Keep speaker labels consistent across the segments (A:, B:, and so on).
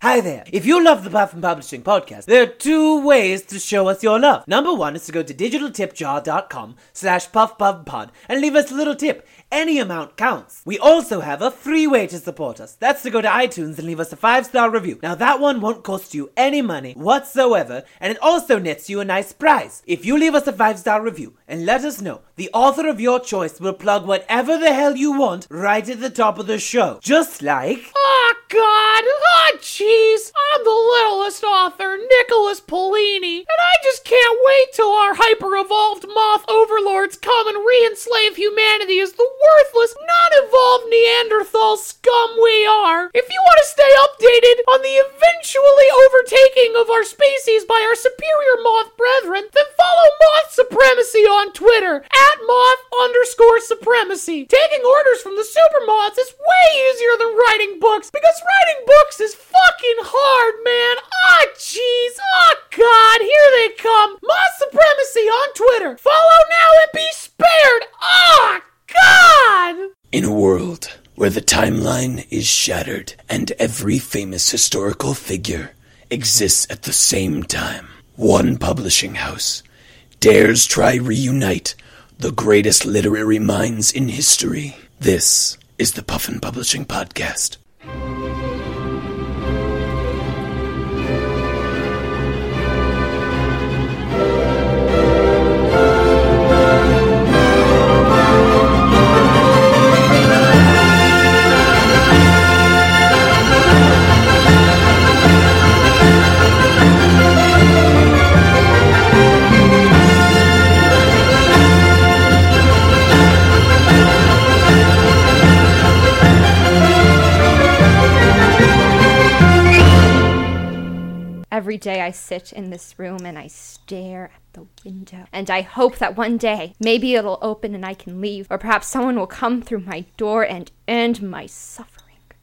A: Hi there. If you love the Puff and Publishing podcast, there are two ways to show us your love. Number one is to go to digitaltipjar.com slash puffpuffpod and leave us a little tip. Any amount counts. We also have a free way to support us. That's to go to iTunes and leave us a five-star review. Now that one won't cost you any money whatsoever, and it also nets you a nice prize. If you leave us a five-star review and let us know, the author of your choice will plug whatever the hell you want right at the top of the show. Just like
B: Oh, God. Oh, jeez. I'm the littlest author, Nicholas Polini, and I just can't wait till our hyper evolved moth overlords come and re enslave humanity as the worthless, non evolved Neanderthal scum we are. If you want to stay updated on the eventually overtaking of our species by our superior moth brethren, then follow Moth Supremacy on Twitter at moth underscore supremacy. Taking orders from the super moths is way easier than writing books because writing books is fucking hard, man. Ah, jeez. Ah, God. Here they come. Moth Supremacy on Twitter. Follow now and be spared. Ah, God.
C: In a world where the timeline is shattered and every famous historical figure exists at the same time, one publishing house dares try reunite the greatest literary minds in history. This is the Puffin Publishing Podcast.
D: Every day I sit in this room and I stare at the window. And I hope that one day, maybe it'll open and I can leave, or perhaps someone will come through my door and end my suffering.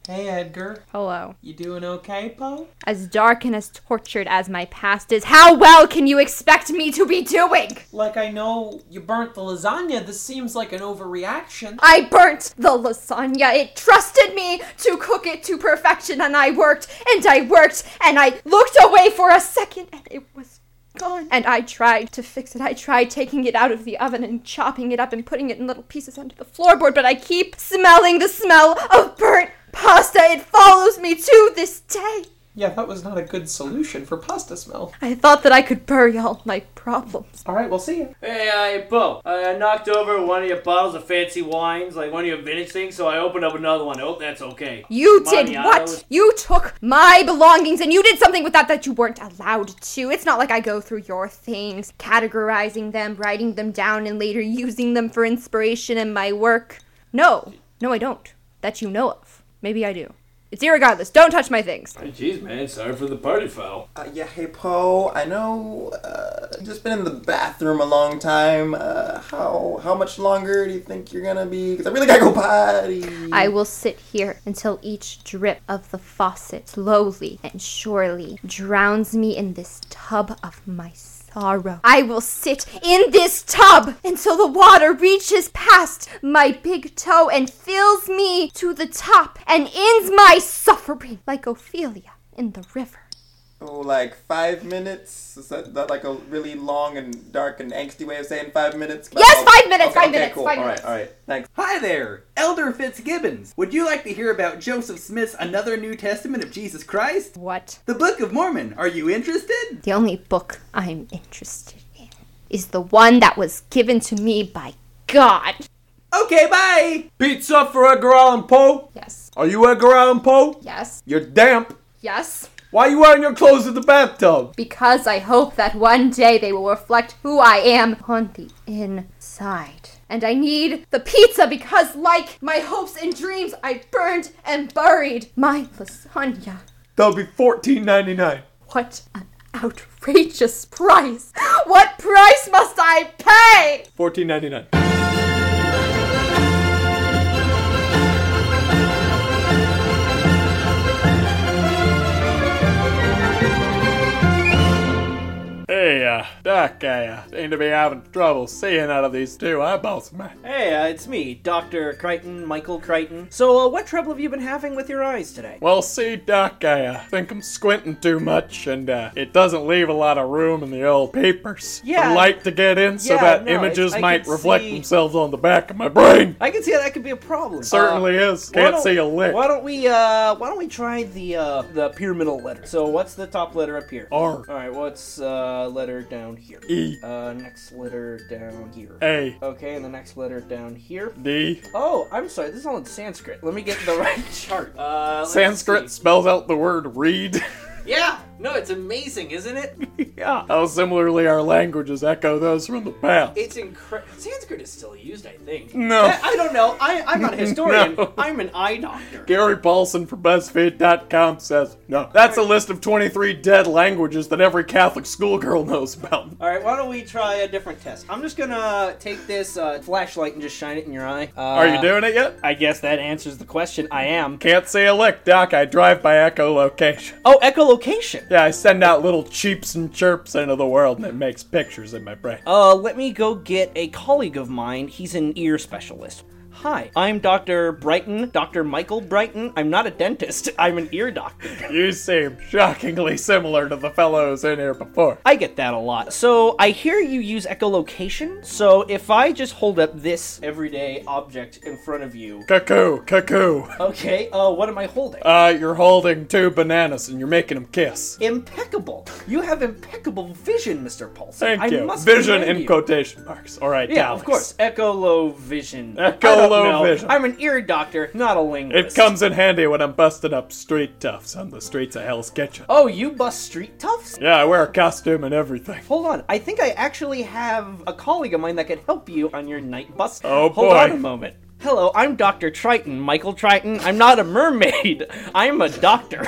A: Hey Edgar,
D: Hello.
A: you doing okay, Poe?
D: As dark and as tortured as my past is, how well can you expect me to be doing?
A: Like I know you burnt the lasagna, this seems like an overreaction.
D: I burnt the lasagna. It trusted me to cook it to perfection, and I worked and I worked and I looked away for a second and it was gone. And I tried to fix it. I tried taking it out of the oven and chopping it up and putting it in little pieces under the floorboard, but I keep smelling the smell of burnt pasta. It follows me to this day.
A: Yeah, that was not a good solution for pasta smell.
D: I thought that I could bury all my problems.
A: Alright, we'll see you.
E: Hey, I, Bo, I I knocked over one of your bottles of fancy wines, like one of your vintage things, so I opened up another one. Oh, that's okay.
D: You
E: Monty,
D: did
E: I
D: what?
E: was-
D: You took my belongings and you did something with that that you weren't allowed to. It's not like I go through your things, categorizing them, writing them down, and later using them for inspiration in my work. No, no, I don't. That you know of. Maybe I do. It's irregardless. Don't touch my things.
E: Hey, Jeez, man, sorry for the party foul.
F: Uh, yeah, hey Poe. I know uh, you've just been in the bathroom a long time. Uh, how how much longer do you think you're gonna be? Because I really gotta go potty.
D: I will sit here until each drip of the faucet slowly and surely drowns me in this tub of my sorrow. I will sit in this tub until the water reaches past my big toe and fills me to the top and ends my suffering like Ophelia in the river.
F: Oh, like five minutes? Is that, that like a really long and dark and angsty way of saying five minutes?
D: Yes,
F: Oh,
D: five minutes,
F: okay,
D: five
F: okay,
D: minutes,
F: Cool.
D: five
F: all right,
D: minutes.
F: all right. Thanks.
G: Hi there, Elder Fitzgibbons. Would you like to hear about Joseph Smith's Another New Testament of Jesus Christ?
D: What?
G: The Book of Mormon. Are you interested?
D: The only book I'm interested in is the one that was given to me by God.
G: Okay, bye.
E: Pizza for Edgar Allan Poe?
D: Yes,
E: Are you Edgar Allan Poe?
D: yes,
E: You're damp.
D: yes.
E: Why are you wearing your clothes in the bathtub?
D: because I hope that one day they will reflect who I am on the inside. And I need the pizza because, like my hopes and dreams, I burned and buried my lasagna.
E: That'll be fourteen ninety nine.
D: What an outrageous price! What price must I pay?
E: Fourteen ninety nine. Hey,
H: uh, Doc, I uh, seem to be having trouble seeing out of these two eyeballs, man.
E: Hey, uh, it's me, Dr. Crichton, Michael Crichton. So, uh, what trouble have you been having with your eyes today?
H: Well, see, Doc, I uh, think I'm squinting too much, and uh, it doesn't leave a lot of room in the old papers.
E: Yeah.
H: I like to get in so
E: Yeah,
H: that
E: no, it's-
H: images
E: I
H: might
E: can
H: reflect
E: see-
H: themselves on the back of my brain.
E: I can see how that could be a problem. Uh,
H: Certainly is.
E: Why
H: Can't
E: don't-
H: see a lick.
E: Why don't we uh why don't we try the uh the pyramidal letter? So what's the top letter up here?
H: R
E: All right, what's uh letter down here?
H: E
E: Uh next letter down here.
H: A
E: Okay, and the next letter down here.
H: D.
E: Oh, I'm sorry. This is all in Sanskrit. Let me get the right chart. Uh let's
H: Sanskrit
E: see.
H: spells out the word read.
E: Yeah. No, it's amazing, isn't it?
H: yeah. How similarly our languages echo those from the past.
E: It's incredible. Sanskrit is still used, I think. Eh,
H: No.
E: I, I don't know. I, I'm not a historian.
H: No.
E: I'm an eye doctor.
H: Gary Paulson from BuzzFeed.com says no. That's a list of 23 dead languages that every Catholic schoolgirl knows about.
E: All right, why don't we try a different test? I'm just gonna take this uh, flashlight and just shine it in your eye. Uh,
H: Are you doing it yet?
E: I guess that answers the question. I am.
H: Can't see a lick, Doc. I drive by echolocation.
E: Oh, echolocation.
H: Yeah, I send out little cheeps and chirps into the world and it makes pictures in my brain.
E: Uh, let me go get a colleague of mine. He's an ear specialist. Hi, I'm Dr. Brighton, Dr. Michael Brighton. I'm not a dentist. I'm an ear doctor.
H: You seem shockingly similar to the fellows in here before.
E: I get that a lot. So I hear you use echolocation. So if I just hold up this everyday object in front of you,
H: Cuckoo, cuckoo.
E: okay, uh, what am I holding?
H: Uh, you're holding two bananas and you're making them kiss.
E: impeccable. You have impeccable vision, Mr. Paulson.
H: Thank
E: I
H: you.
E: Must
H: Vision
E: commend
H: in
E: you.
H: quotation marks. All right,
E: Yeah,
H: Alex.
E: of course. Echolovision. I don't
H: Echolovision.
E: know. I'm an ear doctor, not a
H: It
E: linguist.
H: comes in handy when I'm busting up street toughs on the streets of Hell's Kitchen.
E: Oh, you bust street toughs?
H: Yeah, I wear a costume and everything.
E: Hold on. I think I actually have a colleague of mine that could help you on your night bus.
H: Oh,
E: Hold
H: boy.
E: on a moment. Hello, I'm Dr. Triton, Michael Triton. I'm not a mermaid. I'm a doctor.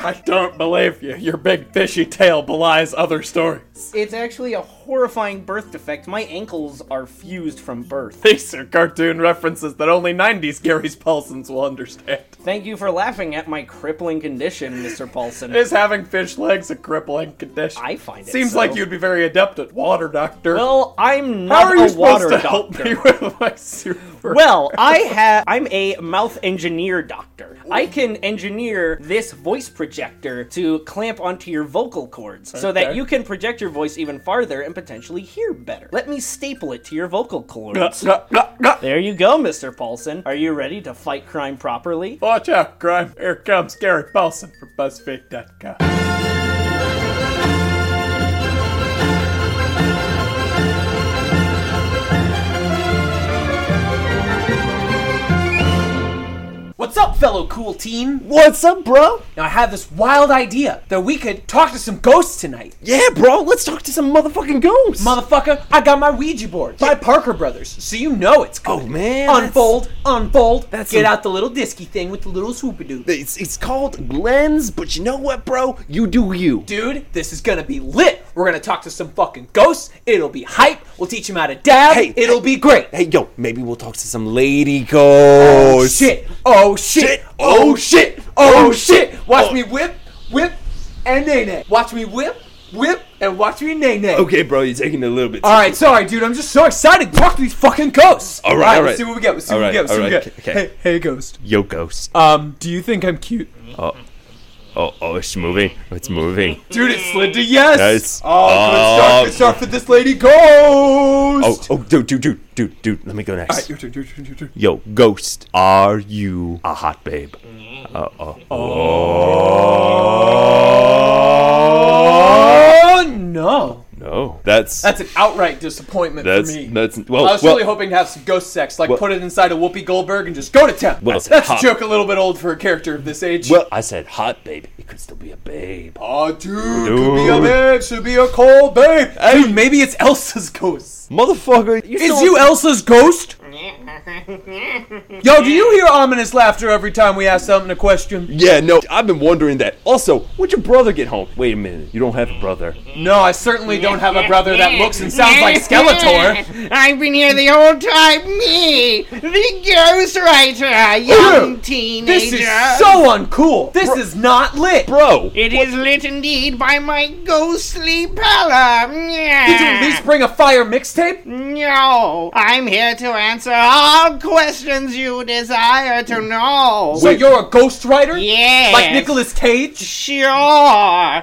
H: I don't believe you. Your big fishy tail belies other stories.
E: it's actually a horrifying birth defect. My ankles are fused from birth.
H: These are cartoon references that only 90s Gary's Paulsons will understand.
E: Thank you for laughing at my crippling condition, Mr. Paulson.
H: Is having fish legs a crippling condition?
E: I find it
H: Seems
E: so.
H: like you'd be very adept at water, Doctor.
E: Well, I'm
H: How
E: not
H: are you
E: a water
H: supposed to
E: doctor.
H: help me with my super?
E: Well, I have I'm a mouth engineer doctor. I can engineer this voice projector to clamp onto your vocal cords so that
H: Okay.
E: you can project your voice even farther and potentially hear better. Let me staple it to your vocal cords. there you go, Mr. Paulson. Are you ready to fight crime properly?
H: Watch out, crime. Here comes Gary Paulson from BuzzFeed.com.
C: What's up, fellow cool teen?
I: What's up, bro?
C: Now, I have this wild idea that we could talk to some ghosts tonight.
I: Yeah, bro, let's talk to some motherfucking ghosts.
C: Motherfucker, I got my Ouija board by Parker Brothers, so you know it's good.
I: oh man, that's-
C: Unfold, unfold.
I: That's
C: Get
I: some-
C: out the little disky thing with the little swoop-a-doo.
I: It's it's called lens, but you know what, bro? You do you.
C: Dude, this is gonna be lit. We're gonna talk to some fucking ghosts. It'll be hype. We'll teach them how to dab.
I: Hey,
C: It'll be great.
I: Hey, yo, maybe we'll talk to some lady ghosts.
C: Oh shit! Oh shit! Oh shit! Oh shit! Watch me whip, whip, and nay nay. Watch me whip, whip, and watch me nay nay.
I: Okay, bro, you're taking it a little bit.
C: All right, sorry, dude. I'm just so excited. Talk to these fucking ghosts.
I: All right, all
C: Let's
I: right.
C: see what we get. Let's see
I: All
C: what we
I: right,
C: get. Let's
I: all
C: see what we
I: right,
C: get.
I: okay, okay.
C: Hey, hey, ghost.
I: yo, ghost.
C: Um, do you think I'm cute,
I: Oh, oh, it's moving. It's moving.
C: dude? It slid to yes.
I: Nice.
C: Oh, good start. Good start for this lady ghost.
I: Oh, oh, dude, dude, dude, dude, dude. Let me go next.
C: Dude, dude, dude, dude, dude.
I: Yo, ghost, are you a hot babe? Uh oh.
C: Oh no!
I: No, that's
C: That's an outright disappointment
I: that's
C: for me.
I: that's well.
C: I was
I: well,
C: really hoping to have some ghost sex, like
I: Well-
C: put it inside a Whoopi Goldberg and just go to town.
I: Well,
C: that's a
I: hot-
C: joke a little bit old for a character of this age.
I: well, I said hot babe. It could still be a babe.
C: oh, dude, could be a babe, should be a cold babe. Dude, maybe it's Elsa's ghost.
I: Motherfucker, you
C: Is you Elsa's ghost?
H: Yo, do you hear ominous laughter every time we ask something a question?
C: Yeah, no, I've been wondering that. Also, when'd your brother get home? Wait a minute, you don't have a brother.
H: No, I certainly don't have a brother that looks and sounds like Skeletor.
J: I've been here the whole time. Me, the ghostwriter, young teenager.
H: This is so uncool. This is not lit.
C: Bro!
J: It is lit indeed by my ghostly pallor.
H: Did you at least bring a fire mixtape?
J: No, I'm here to answer all questions you desire to know.
H: So you're a ghostwriter?
J: Yes.
H: Like Nicolas Cage?
J: Sure.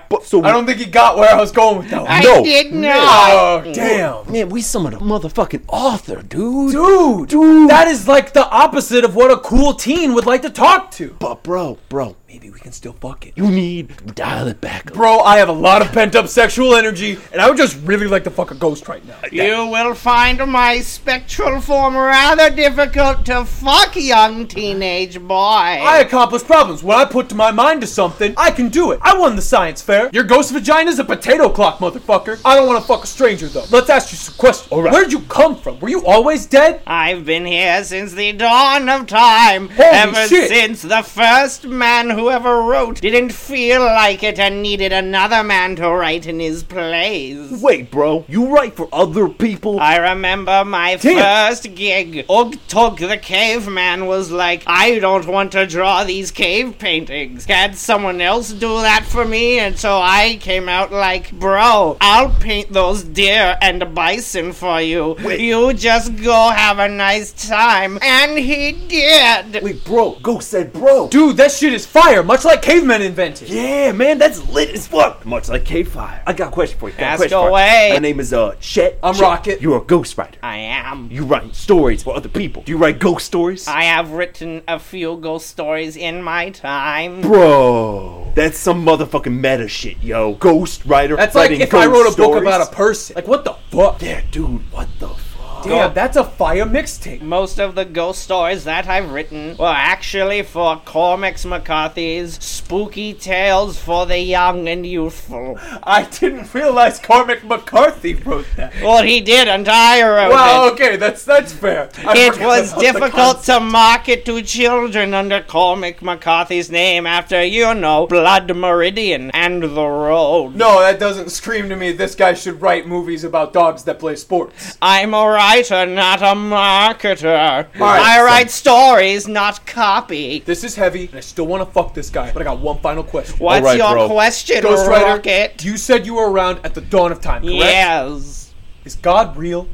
C: But, so
H: I don't think he got where I was going with that one.
J: I
C: No.
J: did not.
H: Oh, damn.
C: Man, we summoned a motherfucking author, dude.
H: Dude, that is like the opposite of what a cool teen would like to talk to.
C: But bro, bro,
H: Maybe we can still fuck it.
C: you need to dial it back. Bro.
H: Bro, I have a lot of pent up sexual energy, and I would just really like to fuck a ghost right now.
J: You will find my spectral form rather difficult to fuck, young teenage boy.
H: I accomplish problems. When I put my mind to something, I can do it. I won the science fair. Your ghost vagina's a potato clock, motherfucker. I don't want to fuck a stranger, though. Let's ask you some questions.
C: All right.
H: Where'd you come from? Were you always dead?
J: I've been here since the dawn of time. ever
H: shit.
J: since the first man who ever wrote didn't feel like it and needed another man to write in his place.
C: Wait, bro, you write for other people?
J: I remember my first gig. Ugtug the caveman was like, I don't want to draw these cave paintings. Can someone else do that for me? And so I came out like, Bro, I'll paint those deer and bison for you. You just go have a nice time. And he did.
C: Wait, bro, Ghost said bro.
H: Dude, that shit is fire, much like cavemen invented.
C: Yeah, man, that's lit as fuck. Much like K Fire. I got a question for you. Got a
J: Ask
C: question for you.
J: away.
C: My name is uh Shet.
H: I'm
C: Shet.
H: Rocket.
C: You're a ghostwriter.
J: I am.
C: You write stories for other people. Do you write ghost stories?
J: I have written a few ghost stories in my time.
C: Bro, that's some motherfucking meta shit, yo. Ghost writer.
H: That's like
C: writing
H: if I
C: ghost
H: wrote a book
C: stories?
H: about a person. Like, what the fuck?
C: Yeah, dude, what the fuck?
H: Damn, that's a fire mixtape.
J: Most of the ghost stories that I've written were actually for Cormac McCarthy's Spooky Tales for the Young and Youthful.
H: I didn't realize Cormac McCarthy wrote that.
J: Well, he did, and I wrote
H: Wow,
J: it.
H: okay, that's that's fair. I
J: It
H: forgot
J: was
H: about the
J: difficult to market to children under Cormac McCarthy's name after, you know, Blood Meridian and The Road.
H: No, that doesn't scream to me. This guy should write movies about dogs that play sports.
J: I'm a writer, not a marketer.
H: right,
J: I
H: so-
J: write stories, not copy.
H: This is heavy, and I still want to fuck this guy, but I got one final question.
J: What's
C: right,
J: your
C: bro.
J: question,
H: Ghost Rider,
J: Rocket?
H: you said you were around at the dawn of time, correct?
J: Yes.
H: Is God real?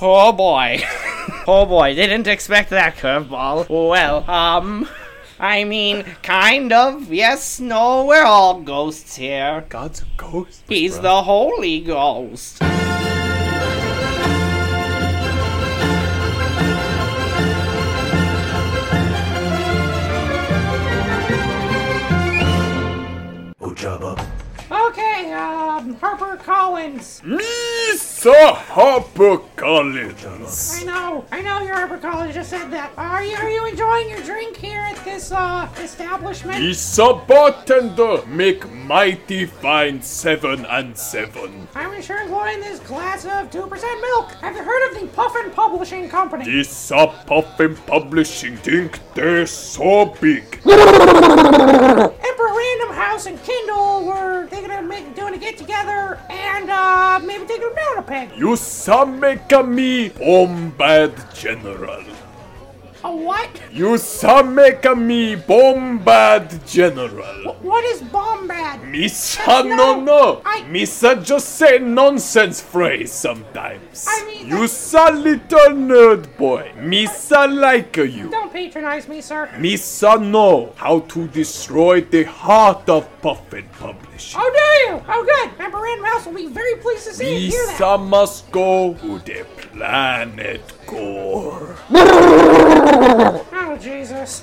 J: Oh boy. oh boy, didn't expect that curveball. Well, um. I mean, kind of. Yes, no, we're all ghosts here.
H: God's a ghost?
J: He's the Holy Ghost. Okay, um, Harper Collins.
H: Misa Harper Collins.
J: I know, I know your Harper Collins just said that. Are you are you enjoying your drink here at this uh establishment?
H: Misa bartender, make mighty fine seven and seven.
J: I'm sure enjoying this glass of 2% milk. Have you heard of the Puffin Publishing Company?
H: Misa puffin publishing, think they're so big.
J: Emperor Random House and Kindle were thinking of make, doing a get together and uh, maybe taking them down a peg.
H: Yusamekami Bombad General.
J: A what?
H: Yusamekami Bombad General.
J: What is bombad?
H: Misa no no.
J: I-
H: Misa just say nonsense phrase sometimes.
J: I mean,
H: Yusa little nerd boy. Misa like you.
J: Don't patronize me, sir.
H: Misa know how to destroy the heart of Puffin Publishing.
J: Oh, do you? Oh, good. Emperor Random House will be very pleased to see you hear that.
H: Misa must go to the planet core.
J: Oh, Jesus.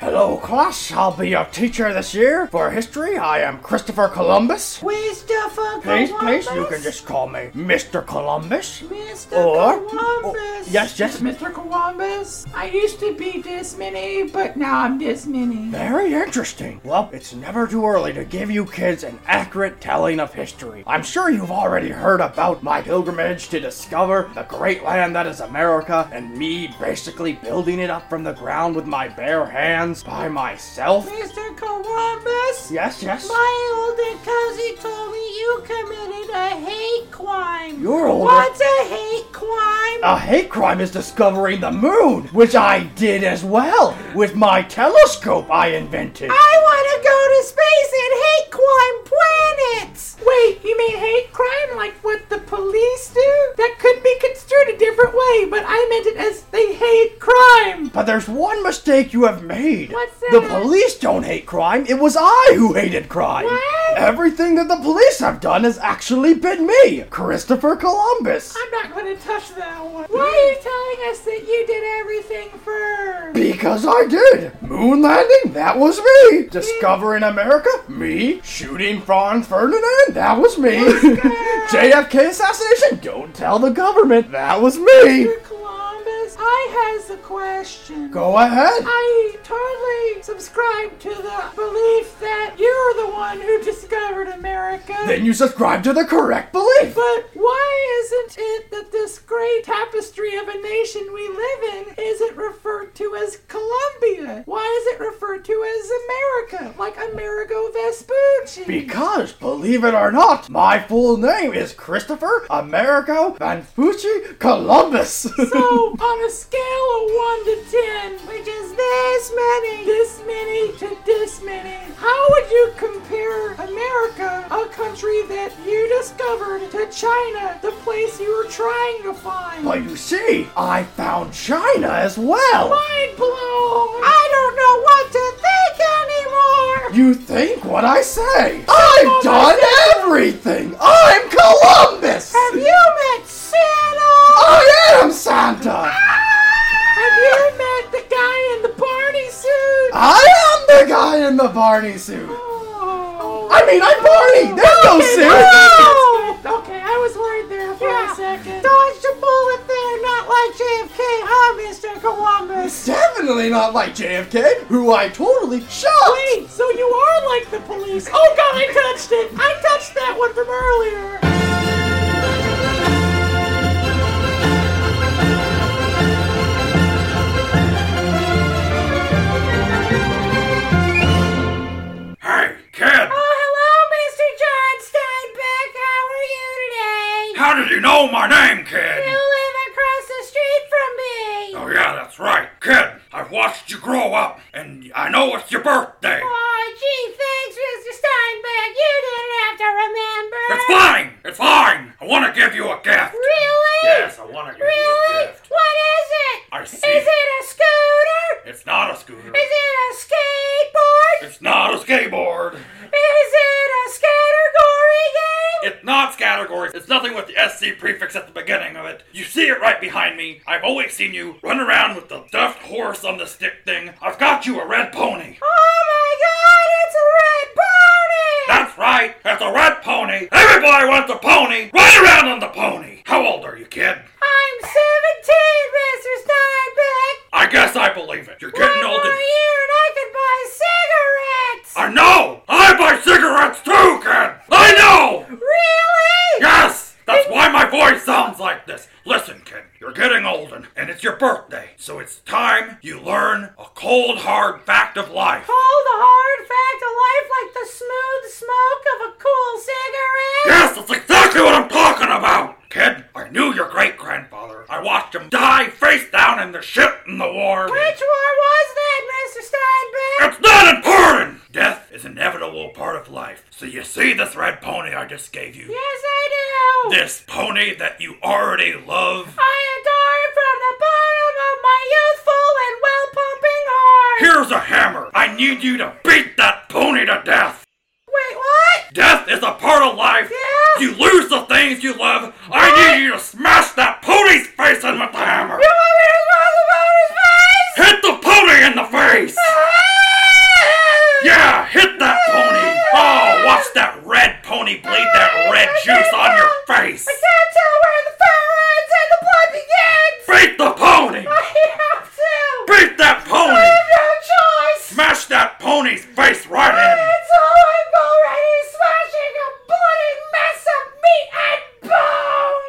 K: Hello,
L: I shall be your teacher this year. For history, I am Christopher Columbus.
M: Christopher
L: Please, please, you
M: Columbus?
L: can just call me Mr. Columbus.
M: Mr.
L: Or- oh,
M: Columbus.
L: Yes, yes, Mr.
M: Mr. Columbus. I used to be this many, but now I'm this many.
L: Very interesting. Well, it's never too early to give you kids an accurate telling of history. I'm sure you've already heard about my pilgrimage to discover the great land that is America and me basically building it up from the ground with my bare hands by myself.
M: Mr. Columbus.
L: Yes, yes.
M: My older cousin told me you committed a hate crime.
L: Your older-
M: What's a hate crime?
L: A hate crime is discovering the moon, which I did as well with my telescope I invented.
M: I want to go to space and hate crime planets! Wait, you mean hate crime like what the police do? That could be construed a different way, but I meant it as they hate crime!
L: But there's one mistake you have made.
M: What's
L: The
M: that?
L: police don't hate crime. It was I who hated crime.
M: What?
L: Everything that the police have done has actually been me, Christopher Columbus.
M: I'm not gonna touch that one. Why are you telling us that you did everything first?
L: Because I did. Moon landing, that was me. Discovering America, me. Shooting Franz Ferdinand, that was me. JFK assassination, don't tell the government, that was me.
M: Mr. Columbus, I has a question.
L: Go ahead.
M: I totally subscribe to the belief that you're the one who discovered America.
L: Then you subscribe to the correct belief.
M: But why isn't it that this great tapestry of a nation we live in isn't referred to as Colombia? Why is it referred to as America, like Amerigo Vespucci?
L: Because, believe it or not, my full name is Christopher Americo Vanfucci Columbus.
M: so, on a scale of 1 to 10, which is this many, this many to this many, how would you compare America, a country that you discovered, to China, the place you were trying to find?
L: but you see, I found China as well.
M: mind blown. I don't know what to think anymore.
L: You think what I say? I've done everything. I'm Columbus.
M: Have you met Santa?
L: I am Santa.
M: Have you met the guy in the party suit?
L: I am the guy in the Barney suit.
M: Oh.
L: I mean, I'm Barney. There's no
M: Okay,
L: suit.
M: no. Okay, I was worried there for a second. Dodged a bullet there, not like JFK, huh, Mr. Columbus?
L: Definitely not like JFK, who I totally shot.
M: Wait, so you are like the police. Oh god, I touched it! I touched that one from earlier!
N: Hey, kid!
M: Oh, hello, Mr. John Steinbeck. How are you today?
N: How did you know my name, kid?
M: You live across the street from me.
N: Oh, yeah, that's right. Kid, I've watched you grow up, and I know it's your birthday.
M: Oh, gee, thanks, Mr. Steinbeck. You didn't have to remember.
N: It's fine! It's fine! I want to give you a gift!
M: Really?
N: Yes, I want to give you
M: Really?
N: a gift.
M: What is it?
N: I
M: Is
N: see.
M: it a scooter?
N: It's not a scooter.
M: Is it a skateboard?
N: It's not a skateboard.
M: Is it a scattergory game?
N: It's not categories. It's nothing with the SC prefix at the beginning of it. You see it right behind me. I've always seen you run around with the stuffed horse on the stick thing. I've got you a red pony.
M: Oh my god, it's a red pony!
N: That's right. It's a red pony. Everybody wants a pony. Run around on the pony. How old are you, kid?
M: I'm 17, Mr. Steinbeck!
N: I guess I believe it. You're getting
M: One
N: old.
M: more
N: And-
M: year and I can buy cigarettes!
N: I know. I buy cigarettes too, kid. I know.
M: Really?
N: Yes. That's why my voice sounds like this. Listen, kid. You're getting old, and- and it's your birthday, so it's time you learn a cold, hard fact of life.
M: Hold the hard fact of life like the smooth smoke of a cool cigarette?
N: Yes, that's exactly what I'm talking about. Kid, I knew your great grandfather. I watched him die face down in the ship in the war.
M: Which war was that, Mr. Steinbeck?
N: It's not important! Death is an inevitable part of life. So you see this red pony I just gave you?
M: Yes, I do!
N: This pony that you already love?
M: I adore it from the bottom of my youthful and well pumping heart!
N: Here's a hammer! I need you to beat that pony to death!
M: Wait, what?
N: Death is a part of life!
M: Yeah?
N: You lose the things you love! I need you to smash that pony's face in with the hammer!
M: You want me to smash the boner's face? Ah!
N: Hit the pony in the face! Oh,
M: Ah,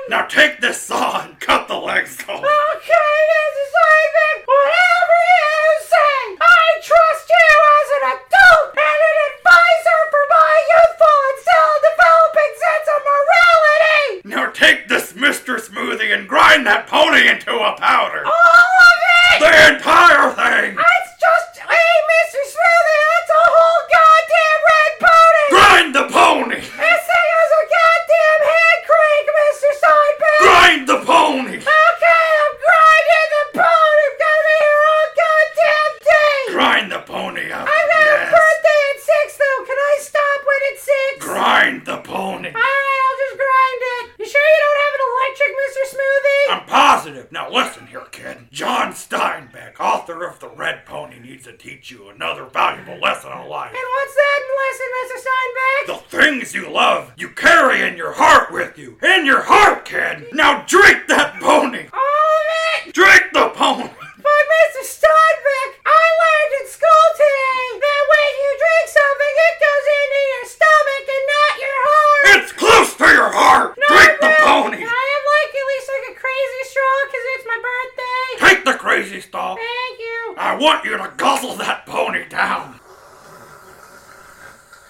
N: Now take this saw and cut the legs off.
M: Okay, this is Ivan. Whatever you say, I trust you as an adult and an advisor for my youthful and still developing sense of morality.
N: Now take this Mr. Smoothie and grind that pony into a powder.
M: All of it.
N: The entire thing.
M: It's just, hey, Mr. Smoothie, that's a whole goddamn red pony.
N: Grind the pony.
M: This thing is a goddamn head crank, Mr. Steinbeck.
N: Grind the pony.
M: Okay, I'm grinding the pony. I'm gonna be here all goddamn day.
N: Grind the pony up.
M: I got a birthday at six, though. Can I stop when it's six?
N: Grind the pony.
M: Alright, I'll just grind it. You sure you don't have an electric, Mr. Smoothie?
N: I'm positive. Now listen here, kid. John Steinbeck, author of The Red Pony, needs to teach you another valuable lesson on life.
M: And what's that lesson, Mr. Steinbeck?
N: The things you love, you carry in your heart with you. In your heart, kid! Now drink that pony!
M: All of it!
N: Drink the pony!
M: But Mr. Steinbeck, I learned in school today that when you drink something, it goes into your stomach and not your heart.
N: It's close to your heart! Drink the pony!
M: I am like at least like a crazy straw because it's my birthday.
N: Take the crazy stall!
M: Thank you.
N: I want you to guzzle that pony down!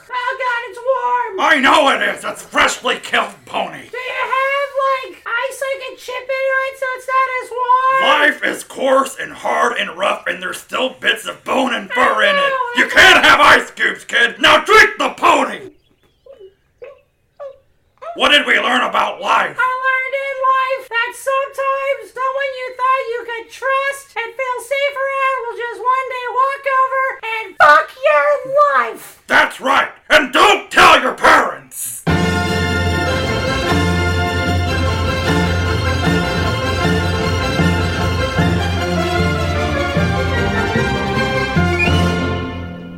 M: Oh God, it's warm.
N: I know it is! It's freshly killed pony!
M: Do you have like ice I can chip into it so it's not as warm?
N: Life is coarse and hard and rough, and there's still bits of bone and fur in it. You can't have ice cubes, kid! Now drink the pony! What did we learn about life?
M: I learned in life that sometimes someone you thought you could trust and feel safe around will just one day walk over and fuck your life.
N: That's right! And don't tell your parents!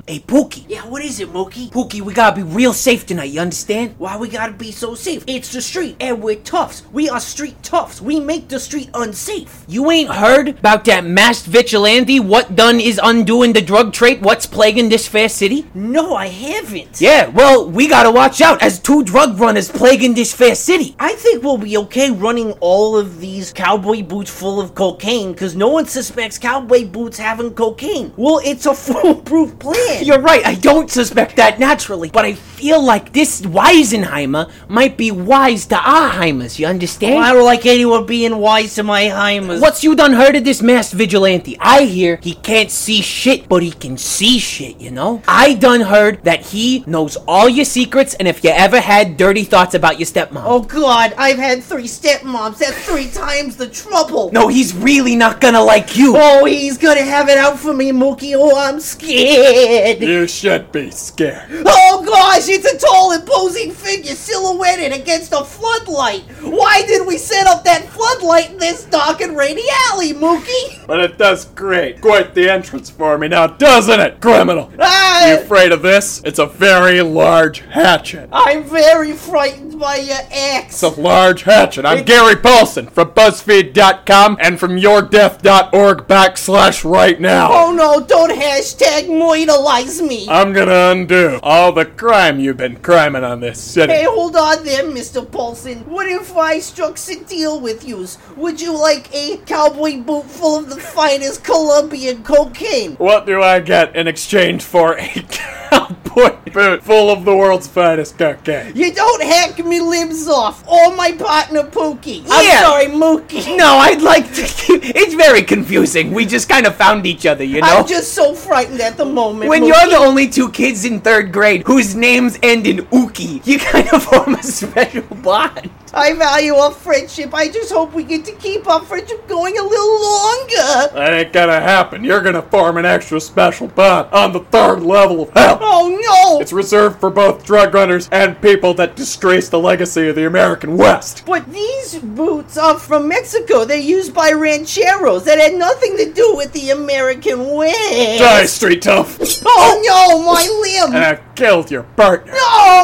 O: Hey, Pookie.
P: Yeah, what is it, Mookie?
O: Pookie, we gotta be real safe tonight, you understand?
P: Why we gotta be so safe? It's the street, and we're toughs. We are street toughs. We make the street unsafe.
O: You ain't heard about that masked vigilante? What done is undoing the drug trade? What's plaguing this fair city?
P: No, I haven't.
O: Yeah, well, we gotta watch out as two drug runners plaguing this fair city.
P: I think we'll be okay running all of these cowboy boots full of cocaine, because no one suspects cowboy boots having cocaine. Well, it's a foolproof plan.
O: You're right, I don't suspect that naturally, but I feel like this Weisenheimer might be wise to our Heimers, you understand?
P: I don't like anyone being wise to my Heimers.
O: What's you done heard of this masked vigilante? I hear he can't see shit, but he can see shit, you know? I done heard that he knows all your secrets and if you ever had dirty thoughts about your stepmom.
P: Oh god, I've had three stepmoms. That's three times the trouble.
O: No, he's really not gonna like you.
P: Oh, he's gonna have it out for me, Mookie. Oh, I'm scared.
H: You should be scared.
P: Oh gosh, it's a tall, imposing figure silhouetted against a floodlight. Why did we set up that floodlight in this dark and rainy alley, Mookie?
H: But it does great. Quite the entrance for me now, doesn't it, criminal? You
J: Uh,
P: Ah,
H: afraid of this? It's a very large hatchet.
P: I'm very frightened by your axe.
H: It's a large hatchet. I'm Gary Paulson from BuzzFeed.com and from YourDeath.org backslash right now.
P: Oh no, don't hashtag moitalize me.
H: I'm gonna undo all the crime you've been criming on this
P: Hey,
H: city.
P: hold on there, Mr. Paulson. What if I struck a deal with you? Would you like a cowboy boot full of the finest Colombian cocaine?
H: What do I get in exchange for a cowboy boot full of the world's finest cocaine?
P: You don't hack me limbs off, or my partner Pookie. I'm
O: Yeah.
P: sorry, Mookie.
O: No, I'd like to. it's very confusing. We just kind of found each other, you know?
P: I'm just so frightened at the moment.
O: when
P: Mookie.
O: you're the only two kids in third grade whose names end in Uki, you kind of form a special bond.
P: I value our friendship. I just hope we get to keep our friendship going a little longer.
H: That ain't gonna happen. You're gonna form an extra special bond on the third level of hell.
P: Oh no!
H: It's reserved for both drug runners and people that disgrace the legacy of the American West.
P: But these boots are from Mexico. They're used by rancheros that had nothing to do with the American way.
H: Die, street tough.
P: Oh no, my
H: And
P: limb!
H: I killed your partner.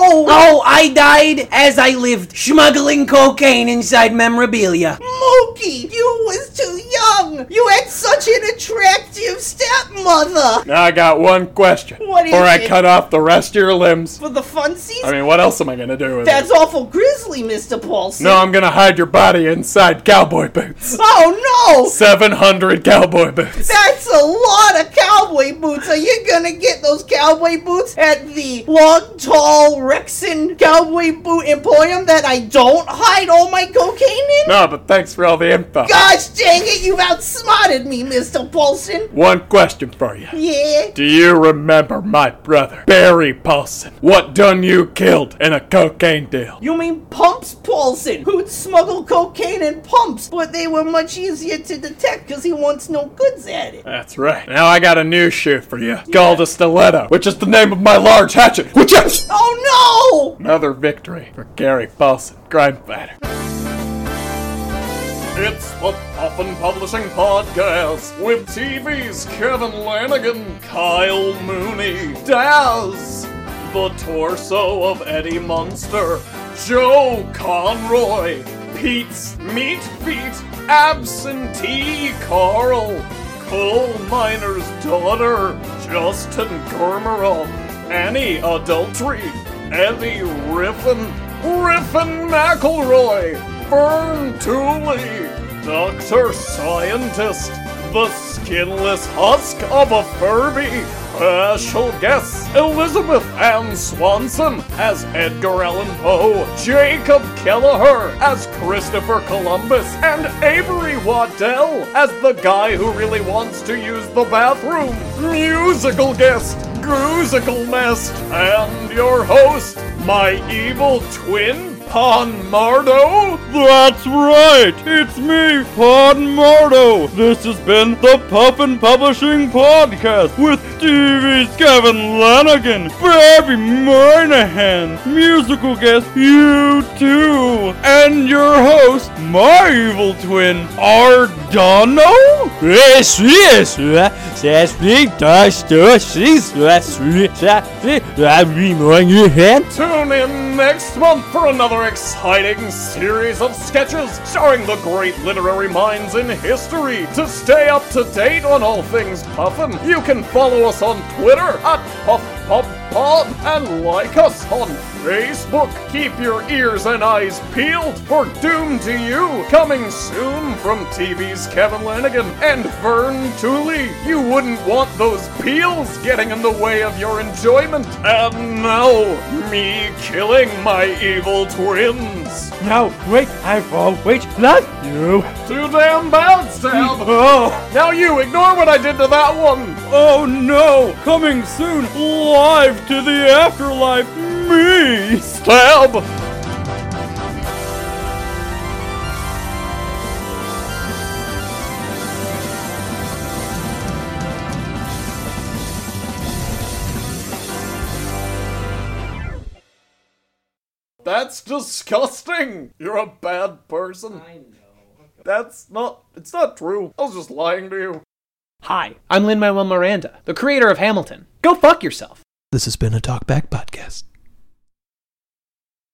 P: No!
O: Oh, I died as I lived, smuggling cocaine inside memorabilia.
P: Mookie, you was too young! wrong? You had such an attractive stepmother.
H: Now I got one question.
P: What is
H: Before I
P: it?
H: cut off the rest of your limbs.
P: For the funsies?
H: I mean, what else am I gonna do with
P: That's
H: it?
P: awful grisly, Mr. Paulson.
H: No, I'm gonna hide your body inside cowboy boots.
P: Oh no!
H: 700 cowboy boots.
P: That's a lot of cowboy boots. Are you gonna get those cowboy boots at the long, tall Rexon Cowboy Boot Emporium that I don't hide all my cocaine in?
H: No, but thanks for all the info.
P: Gosh dang it, you've outsmarted me, Mr. Paulson.
H: One question for you.
P: Yeah.
H: Do you remember my brother, Barry Paulson? What done you killed in a cocaine deal?
P: You mean Pumps Paulson, who'd smuggle cocaine in pumps, but they were much easier to detect because he wants no goods at it.
H: That's right. Now I got a new shoe for you. Called a stiletto, which is the name of my large hatchet. Which is
P: Oh no!
H: another victory for Gary Paulson, crime fighter. It's the Puffin Publishing Podcast with TV's Kevin Lanigan, Kyle Mooney, Daz, the torso of Eddie Munster, Joe Conroy, Pete's Meat Feet, Absentee Carl, Coal Miner's Daughter, Justin Gormeral, Annie Adultery, Eddie Riffin, Riffin McElroy, Fern Tooley, Dr. Scientist, the skinless husk of a Furby, special guests Elizabeth Ann Swanson as Edgar Allan Poe, Jacob Kelleher as Christopher Columbus, and Avery Waddell as the guy who really wants to use the bathroom, musical guest Goozical Nest, and your host, my evil twin Pon Mardo?
I: That's right! It's me, Pod Mardo! This has been the Puffin Publishing Podcast with TV's Kevin Lanigan, Bobby Moynihan, musical guest you too, and your host, my evil twin, Ardano? Yes, yes, that's me, that's the she's that's me, that's me, that's me, Moynihan.
H: Tune in next month for another exciting series of sketches starring the great literary minds in history. To stay up to date on all things Puffin, you can follow us on Twitter at PuffPuffPod and like us on Facebook. Keep your ears and eyes peeled for Doom to You, coming soon from TV's Kevin Lanigan and Vern Tooley. You wouldn't want those peels getting in the way of your enjoyment. And now, me killing my evil twins.
I: Now, wait, I've always loved you.
H: Too damn bad, Stab!
I: Oh.
H: Now you ignore what I did to that one!
I: Oh no! Coming soon, live to the afterlife, me!
H: Stab! That's disgusting! You're a bad person. I know. That's not. It's not true. I was just lying to you.
O: Hi, I'm Lin Manuel Miranda, the creator of Hamilton. Go fuck yourself.
Q: This has been a Talkback Podcast.